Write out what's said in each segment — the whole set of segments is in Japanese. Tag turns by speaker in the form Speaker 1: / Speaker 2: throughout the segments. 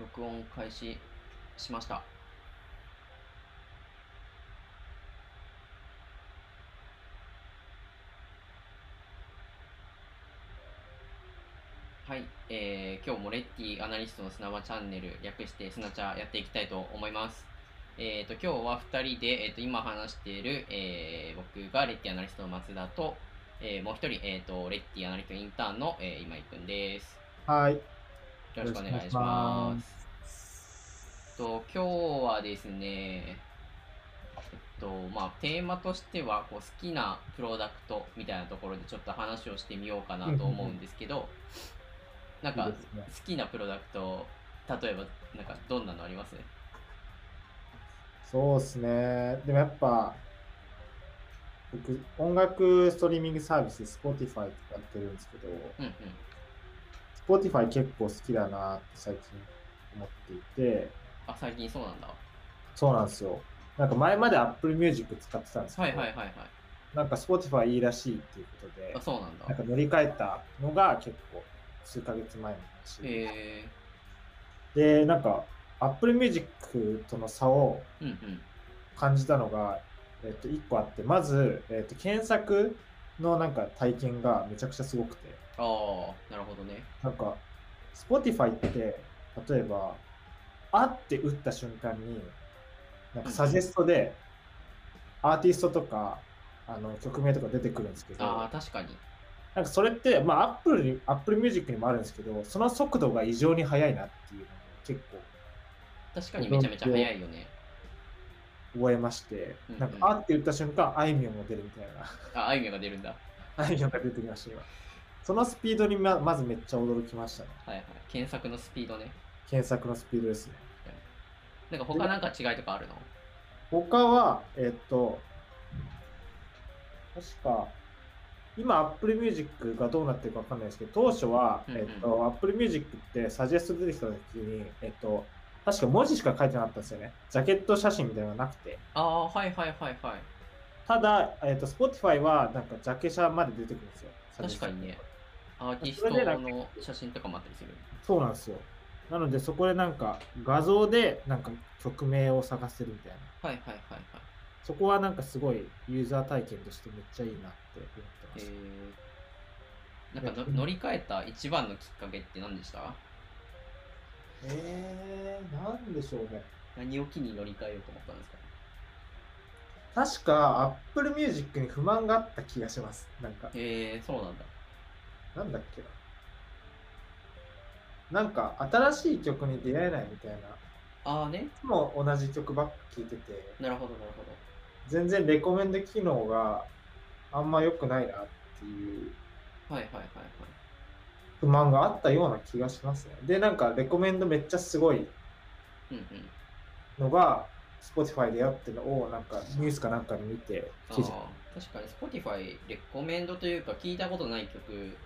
Speaker 1: 録音開始しました。はい、えー今日もレッティアナリストの砂場チャンネル略して砂茶やっていきたいと思います。えー、と今日は2人で、えー、と今話している、えー僕がレッティアナリストの松田と、えーもう1人、えー、とレッティアナリストインターンの、えー今井くんです。
Speaker 2: はい。
Speaker 1: よろしくお願いします。と今日はですね、えっとまあ、テーマとしてはこう好きなプロダクトみたいなところでちょっと話をしてみようかなと思うんですけど、なん
Speaker 2: い
Speaker 1: か好
Speaker 2: いですね
Speaker 1: きなプロダクト、例えばなんかどんなのあります
Speaker 2: そうですね。でもやっぱ、僕、音楽ストリーミングサービス、Spotify とかやってるんですけど、
Speaker 1: うんうん。
Speaker 2: Spotify 結構好きだなって最近思っていて、
Speaker 1: あ、最近そうなんだ。は
Speaker 2: そうなんですよ。なんか前まで Apple Music 使ってたんですけど、
Speaker 1: いはいはいはい。
Speaker 2: なんか Spotify いいらしいっていうことで
Speaker 1: あ、、そうなん
Speaker 2: なん
Speaker 1: だ。
Speaker 2: か乗り換えたのが結構数ヶ月前の話。
Speaker 1: へえ
Speaker 2: で、なんか Apple Music との差を
Speaker 1: ー。うんうん。
Speaker 2: 感じたのが、えっと、1個あって、まず、えっと、検索のなんか体験がめちゃくちゃすごくて、
Speaker 1: ああ、なるほどね。
Speaker 2: なんか、Spotify って、例えば、あって打った瞬間に、なんかサジェストで、アーティストとか、あの曲名とか出てくるんですけど、
Speaker 1: ああ、
Speaker 2: な
Speaker 1: 確かに。
Speaker 2: んかそれって、まあ、Apple に、Apple Music にもあるんですけど、その速度が異常に速いなっていうのを結構
Speaker 1: 確かにめちゃめちゃ早いよね。
Speaker 2: 覚えまして
Speaker 1: うんうん、
Speaker 2: なんか、あって打った瞬間、あいみょんも出るみたいな。
Speaker 1: あ、あいみょんが出るんだ。
Speaker 2: あいみょんが出てきました、今。そのスピードにままずめっちゃ驚きましたね。
Speaker 1: はいはい。検索のスピードね。
Speaker 2: 検索のスピードですね。
Speaker 1: なんか他なんか違いとかあるの
Speaker 2: 他は、えっと、確か、今 Apple Music がどうなってるかわかんないですけど、当初は、
Speaker 1: うんうん
Speaker 2: えっと、Apple Music ってサジェスト出てきた時に、えっと、確か文字しか書いてなかったんですよね。ジャケット写真みたいなのがなくて。
Speaker 1: ああ、はいはいはいはい。
Speaker 2: ただ、えっと、Spotify はなんかジャケ写まで出てくるんですよ。
Speaker 1: 確かにね。アーティス
Speaker 2: それで
Speaker 1: ト
Speaker 2: なんか
Speaker 1: の写真とかもあったりする。
Speaker 2: そうなんですよ。なので、そこでなんか画像でなんか曲名を探せるみたいな。
Speaker 1: はいはいはいはい。
Speaker 2: そこはなんかすごいユーザー体験としてめっちゃいいなって思ってま
Speaker 1: え
Speaker 2: す。
Speaker 1: ー、なんかの乗り換えた一番のきっかけって何でした
Speaker 2: えー、なんでしょうね。
Speaker 1: 何を機に乗り換えようと思ったんですか
Speaker 2: 確か Apple Music に不満があった気がします。なんか、
Speaker 1: えー、そうなんだ。
Speaker 2: なんだっけな。なんか新しい曲に出会えないみたいな。い
Speaker 1: ああね。
Speaker 2: つも同じ曲ばっか聴いてて、
Speaker 1: なるほどなるほど。
Speaker 2: 全然レコメンド機能があんま良くないなっていう
Speaker 1: はいはいはいはい。
Speaker 2: 不満があったような気がしますね。で、なんか、レコメンドめっちゃすごい
Speaker 1: うんうん。
Speaker 2: のが、Spotify でやってるのを、なんか、ニュースかなんかで見て、
Speaker 1: あ
Speaker 2: 記事
Speaker 1: あ確かに Spotify レコメンドというか聞いたことない曲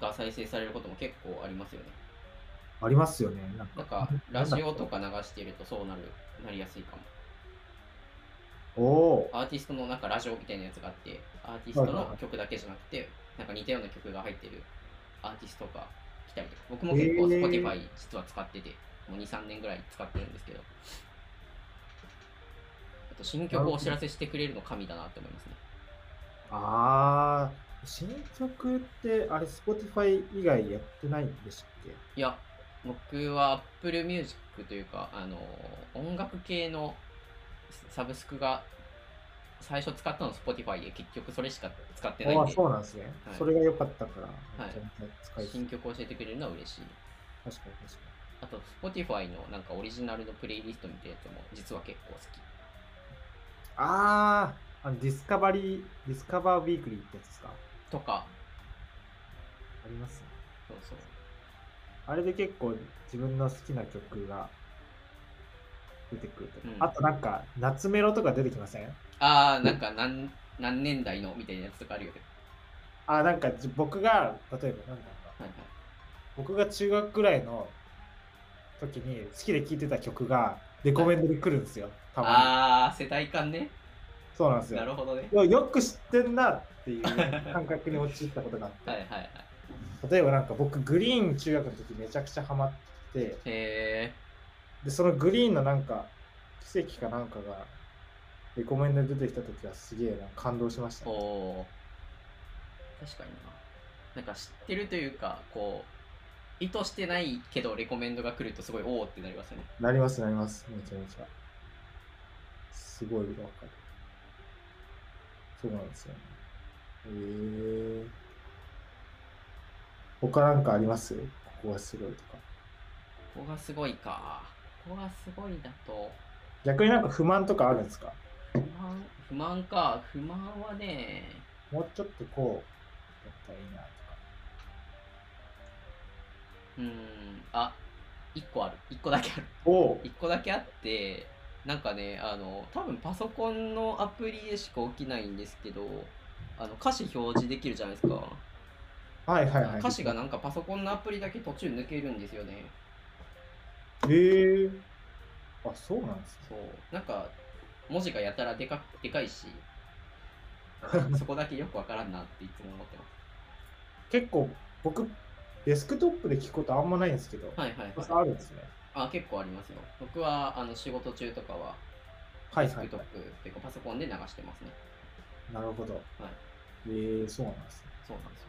Speaker 1: が再生されることも結構ありますよね。
Speaker 2: ありますよね。なん
Speaker 1: なん
Speaker 2: か
Speaker 1: か、ラジオとか流してるとそうなる、なりやすいかも。
Speaker 2: おお
Speaker 1: アーティストのなんかラジオみたいなやつがあって、アーティストの曲だけじゃなくて、なんか似たような曲が入ってるアーティストが来たりとか、僕も結構
Speaker 2: へー
Speaker 1: Spotify 実は使ってて、もう2、3年ぐらい使ってるんですけど、あと新曲をお知らせしてくれるの神だなって思いますね。
Speaker 2: ー。あー、新曲って、あれ、Spotify 以外やってないんでしたっけ
Speaker 1: いや、僕は Apple Music というか、あの音楽系のサブスクが最初使ったの Spotify で結局それしか使ってない
Speaker 2: あ
Speaker 1: ん
Speaker 2: あ、
Speaker 1: で、
Speaker 2: そうなんですね。
Speaker 1: はい
Speaker 2: それが良かったから、
Speaker 1: い
Speaker 2: めちゃめちゃ使いやすい
Speaker 1: 新曲を教えてくれるのは嬉しい。
Speaker 2: 確かに確か
Speaker 1: あと Spotify のなんかオリジナルのプレイリストみたいなやつも実は結構好き。
Speaker 2: に。あー、あのディスカバリー、ディスカバーウィークリーってやつですかあ
Speaker 1: とか、
Speaker 2: りますね。
Speaker 1: そうそう。
Speaker 2: あれで結構自分の好きな曲が出てくるとか、
Speaker 1: うん
Speaker 2: あとなんか夏メロとか出てきません
Speaker 1: ああ、なんか何何年代のみたいなやつとかあるよね。
Speaker 2: あなんかじ僕が例えばなんだろうな
Speaker 1: はいはい、
Speaker 2: 僕が中学ぐらいの時に好きで聴いてた曲がレコメンドに来るんですよたまに
Speaker 1: ああ、世代間ね。
Speaker 2: そうなんです
Speaker 1: な
Speaker 2: よ
Speaker 1: るほどね。
Speaker 2: よく知ってんなっていう感覚に陥ったことがあって、
Speaker 1: はいはいはい。
Speaker 2: 例えばなんか僕グリーン中学の時めちゃくちゃハマってて、
Speaker 1: へえ。
Speaker 2: で、そのグリーンのなんか、奇跡かなんかが、レコメンドで出てきたときはすげえな感動しました、
Speaker 1: お
Speaker 2: ね。
Speaker 1: おー。確かにな。なんか知ってるというか、こう、意図してないけど、レコメンドが来るとすごいおおってなりますよね。
Speaker 2: なりますなります、めちゃめちゃ。すごいわかる。そうなんですよね。へえ他なんかありますここがすごいとか。
Speaker 1: ここがすごいか。ここがすごいだと、
Speaker 2: 逆になんか不満とかあるんですか
Speaker 1: 不満、不満か。不満はね、
Speaker 2: もうちょっとこう、やったらいいなとか。
Speaker 1: うーん、あ、一個ある。一個だけある。
Speaker 2: おう
Speaker 1: 一個だけあってなんかねあの多分パソコンのアプリでしか起きないんですけどあの歌詞表示できるじゃないですか、
Speaker 2: はいはいはい。
Speaker 1: 歌詞がなんかパソコンのアプリだけ途中抜けるんですよね
Speaker 2: へえあ、そうなんですね。
Speaker 1: そうなんか文字がやたらでかでかい しなんかそこだけよくわからんなっていつも思ってま
Speaker 2: 結構僕、デスクトップで聞くことあんまないんですけど、
Speaker 1: すはいはい
Speaker 2: あ
Speaker 1: はい
Speaker 2: るんですね。
Speaker 1: あ結構ありますよ僕はあの仕事中とかは
Speaker 2: は
Speaker 1: デ
Speaker 2: い
Speaker 1: ス
Speaker 2: は
Speaker 1: ク
Speaker 2: い
Speaker 1: トッ。プっていうかパソコンで流してますね
Speaker 2: なるほど。えー、そうなんですね。
Speaker 1: そうなんですよ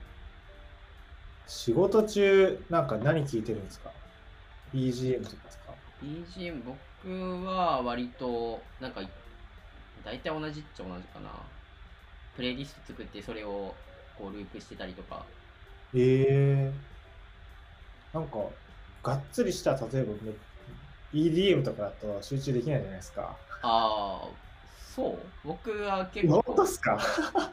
Speaker 2: 仕事中、なんか何聞いてるんですか ?BGM とかですか
Speaker 1: BGM 僕は割となんか大体同じっちゃ同じかなプレイリスト作ってそれをこうループしてたりとか
Speaker 2: えー、なんか、がっつりした、例えばめ、EDM とかだと集中できないじゃないですか。
Speaker 1: ああそう僕は結
Speaker 2: 本
Speaker 1: 構
Speaker 2: 当っすか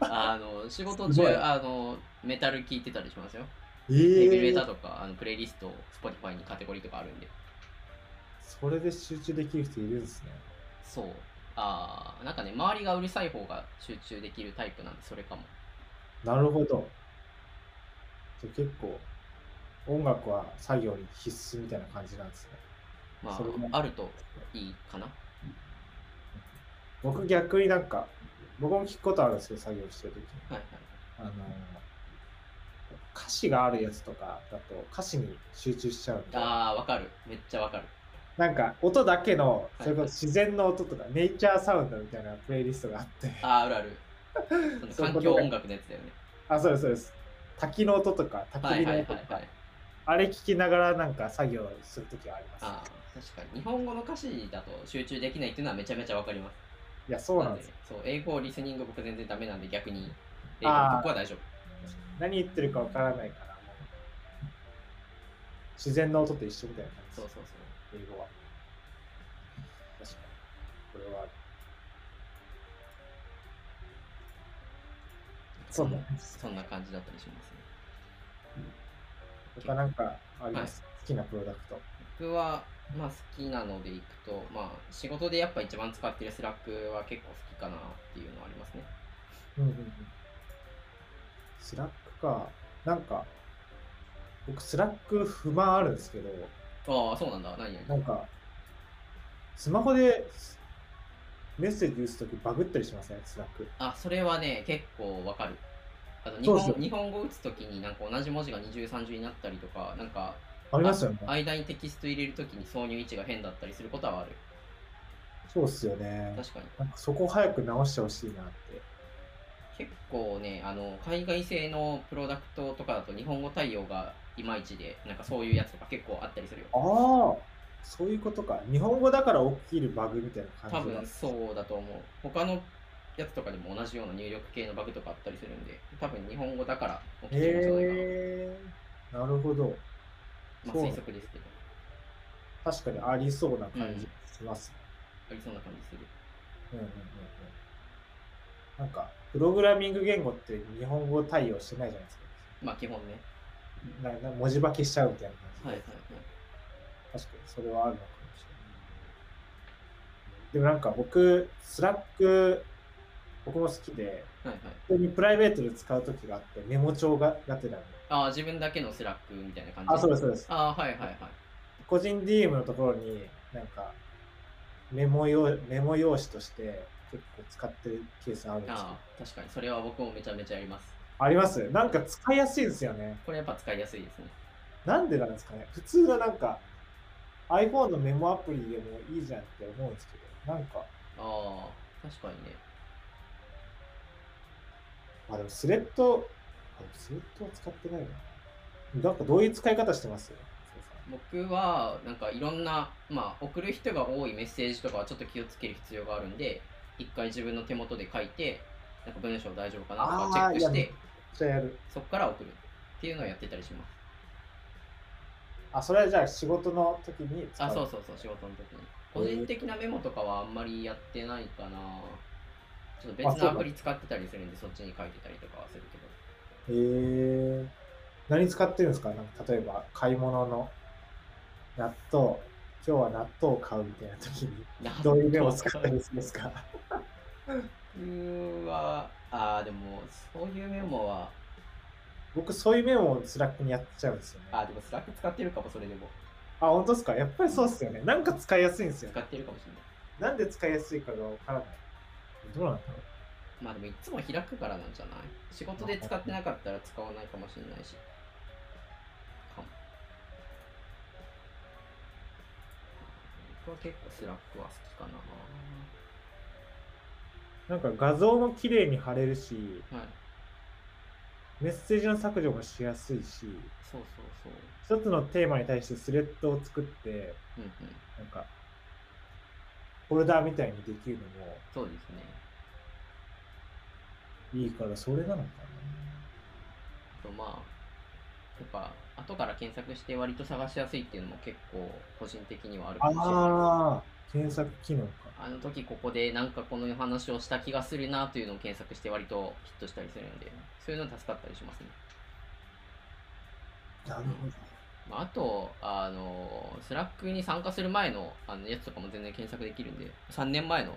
Speaker 1: あの仕事
Speaker 2: す
Speaker 1: 中
Speaker 2: ごい
Speaker 1: あのメタル聞いてたりしますよ
Speaker 2: え
Speaker 1: ヘビメタ
Speaker 2: ー、
Speaker 1: とかあのプレイリスト Spotify にカテゴリーとかあるんで
Speaker 2: それで集中できる人いるんですね。
Speaker 1: そうああなんかね周りがうるさい方が集中できるタイプなんでそれかも
Speaker 2: なるほど。じゃあ結構、音楽は作業に必須みたいな感じなんですね。
Speaker 1: ま
Speaker 2: それも
Speaker 1: ああるといいかな
Speaker 2: 僕逆になんか、僕も聞くことあるんですよ、作業してる時に。
Speaker 1: はいはい
Speaker 2: あの歌詞があるやつとかだと歌詞に集中しちゃうんで、
Speaker 1: ああわかるめっちゃわかる
Speaker 2: なんか音だけの、
Speaker 1: い
Speaker 2: それこそ自然の音とか、ネイチャーサウンドみたいなプレイリストがあって、
Speaker 1: ああるあ る。そ
Speaker 2: そうい
Speaker 1: の環境
Speaker 2: うことね
Speaker 1: 音楽のやつだよね。
Speaker 2: あ、そうです、そうです。滝の音とか、焚
Speaker 1: は
Speaker 2: き
Speaker 1: いはい
Speaker 2: 火の
Speaker 1: はい
Speaker 2: 音と
Speaker 1: は
Speaker 2: か
Speaker 1: い、。
Speaker 2: あれ聞きながらなんか作業するときはあります。
Speaker 1: ああ、確かに。日本語の歌詞だと集中できないっていうのはめちゃめちゃわかります。
Speaker 2: いや、そうなんですよ
Speaker 1: そう、英語リスニング僕全然ダメなんで逆に、英語
Speaker 2: あー
Speaker 1: のここは大丈夫。
Speaker 2: 何言ってるかわからないから、もう自然の音と一緒みたいな感じ
Speaker 1: そう
Speaker 2: で
Speaker 1: そう
Speaker 2: す、
Speaker 1: そう。
Speaker 2: 英語は。確かに、これはある。そうだね
Speaker 1: そんな感じだったりしますね。
Speaker 2: 他なんかあります、好きなプロダクト。
Speaker 1: 僕は、まあ、好きなのでいくと、まあ、仕事でやっぱ一番使ってるスラックは結構好きかなっていうのはありますね。
Speaker 2: うんうんうん、スラックか、なんか、僕、スラック不満あるんですけど、
Speaker 1: ああ、そうなんだ。何
Speaker 2: な
Speaker 1: 々
Speaker 2: んか、スマホでメッセージ打つときバグったりしません、スラック。
Speaker 1: あ、それはね、結構わかる。あと日
Speaker 2: そう
Speaker 1: 本
Speaker 2: そう
Speaker 1: 日本語打つときになんか同じ文字が20、30になったりとか、なんか
Speaker 2: ありますよね。
Speaker 1: 間にテキスト入れるときに挿入位置が変だったりすることはある。
Speaker 2: そうっすよね。
Speaker 1: 確かに。
Speaker 2: なんかそこ早く直してほしいなって。
Speaker 1: 結構ね、あの海外製のプロダクトとかだと日本語対応がいまいちで、なんかそういうやつとか結構あったりするよ。
Speaker 2: ああ、そういうことか。日本語だから起きるバグみたいな
Speaker 1: 多
Speaker 2: 感じが
Speaker 1: 分そうだと思う。他のやつとかでも同じような入力系のバグとかあったりするんで、多分日本語だから起きてるんじゃないかな。
Speaker 2: へえー、なるほど。
Speaker 1: まあ
Speaker 2: そう
Speaker 1: 推測ですけど、
Speaker 2: 確かにありそうな感じします、
Speaker 1: ありそうな感じする。
Speaker 2: うんうんうんうんなんか、プログラミング言語って日本語対応してないじゃないです
Speaker 1: まあ基本ね。
Speaker 2: か。なな文字化けしちゃうみたいな
Speaker 1: は
Speaker 2: 感
Speaker 1: い
Speaker 2: じ
Speaker 1: はい
Speaker 2: で、
Speaker 1: はい。
Speaker 2: 確かにそれはあるのかもしれない。でもなんか僕、スラック、僕も好きで、
Speaker 1: はいはい、
Speaker 2: 普通にプライベートで使うときがあって、メモ帳ががてらに。
Speaker 1: ああ、自分だけのスラックみたいな感じ
Speaker 2: あ、そうです、そうです。
Speaker 1: ああ、はいはいはい。
Speaker 2: 個人 DM のところに、なんか、メモ用メモ用紙として結構使ってるケースあるんですよ。
Speaker 1: ああ、確かに。それは僕もめちゃめちゃやります。
Speaker 2: ありますなんか使いやすいんですよね。
Speaker 1: これやっぱ使いやすいですね。
Speaker 2: なんでなんですかね普通のなんか、 iPhone のメモアプリでもいいじゃんって思うんですけど、なんか、
Speaker 1: ああ、確かにね。
Speaker 2: あ、でもスレッド、あでもスレッドは使ってないな。なんかどういう使い方してます
Speaker 1: 僕はなんかいろんな、まあ、送る人が多いメッセージとかはちょっと気をつける必要があるんで一回自分の手元で書いてなんか文章大丈夫かなとか
Speaker 2: あー
Speaker 1: チェックし
Speaker 2: いや
Speaker 1: て
Speaker 2: じゃあやる。
Speaker 1: そこから送るっていうのをやってたりします
Speaker 2: あ、それはじゃあ仕事の時に使
Speaker 1: あそう
Speaker 2: う
Speaker 1: そうそう仕事の時に個人的なメモとかはあんまりやってないかなちょっと別
Speaker 2: あそ
Speaker 1: の
Speaker 2: うな
Speaker 1: ア
Speaker 2: の
Speaker 1: プリ使ってたりするんでそっちに書いてたりとかはするけど
Speaker 2: へえ。何使ってるんですかなんか例えば買い物の納豆、今日は納豆を買うみたいな時 に、どういうメモ使ったりするんですか
Speaker 1: 僕はあーでもそういうメモは
Speaker 2: 僕、そういうメモをスラックにやっちゃうんですよね。
Speaker 1: あーでもスラック使ってるかもそれでも
Speaker 2: あ、本当ですかやっぱりそうっすよね。なんか使いやすいんですよ
Speaker 1: 使。ってるかもしれない
Speaker 2: なんで使いやすいかがわからない。どうなんだろう
Speaker 1: まあでもいつも開くからなんじゃない仕事で使ってなかったら使わないかもしれないし。かも。僕は結構スラックは好きかな。
Speaker 2: なんか画像も綺麗に貼れるし、
Speaker 1: はい。
Speaker 2: メッセージの削除もしやすいし、
Speaker 1: そうそうそう。
Speaker 2: 一つのテーマに対してスレッドを作って、
Speaker 1: うんうん。
Speaker 2: なんか、フォルダーみたいにできるのも
Speaker 1: そうですね。
Speaker 2: いいから、それなのかな。
Speaker 1: あとまあ、やっぱ後から検索して割と探しやすいっていうのも結構個人的にはあるかもしれない
Speaker 2: ああ、検索機能か。
Speaker 1: あの時ここでなんかこの話をした気がするなというのを検索して割とヒットしたりするので、そういうの助かったりしますね。
Speaker 2: なるほど。
Speaker 1: まあ、あと、あの、スラックに参加する前のあのやつとかも全然検索できるんで、3年前の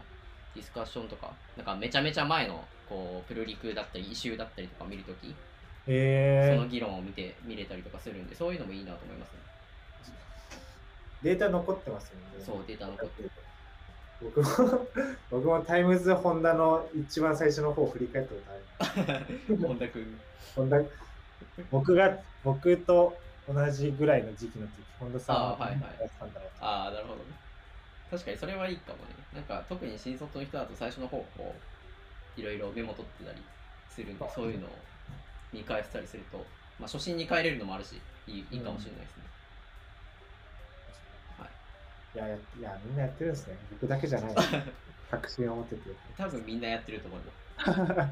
Speaker 1: ディスカッションとか、なんかめちゃめちゃ前のこうプルリクだったり、イシューだったりとか見るとき、そ
Speaker 2: え
Speaker 1: の議論を見て見れたりとかするんで、そういうのもいいなと思いますね。
Speaker 2: ー、データ残ってますよね。
Speaker 1: そう、データ残って る。
Speaker 2: 僕も僕もタイムズホンダの一番最初の方を振り返ったことある。
Speaker 1: 本田君。
Speaker 2: 本田僕が僕と同じぐらいの時期の時、本田さん
Speaker 1: あーはいはい
Speaker 2: やってたんだろう
Speaker 1: ああ、なるほどね。確かにそれはいいかもね。なんか特に新卒の人だと最初の方、こう、いろいろメモ取ってたりするんで、そういうのを見返したりすると、まあ、初心に帰れるのもあるし、いいいいかもしれないですね。はい
Speaker 2: いややいや、みんなやってるんですね。僕だけじゃない。 確信を持ってて。
Speaker 1: 多分みんなやってると思います。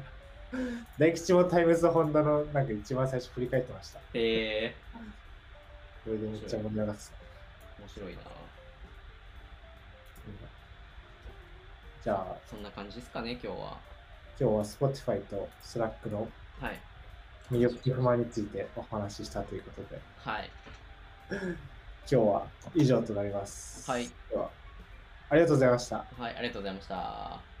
Speaker 2: 大吉もタイムズホンダのなんか一番最初振り返ってました。
Speaker 1: へえ
Speaker 2: これでめっちゃ盛り上がってた。
Speaker 1: ー、面白いな。
Speaker 2: じゃあ、
Speaker 1: そんな感じですかね、今日は。
Speaker 2: 今日は Spotify と Slack の
Speaker 1: はい。
Speaker 2: 魅力と不満についてお話ししたということで。
Speaker 1: はい。
Speaker 2: 今日は以上となります。
Speaker 1: はい
Speaker 2: では。ありがとうございました。
Speaker 1: はい、ありがとうございました。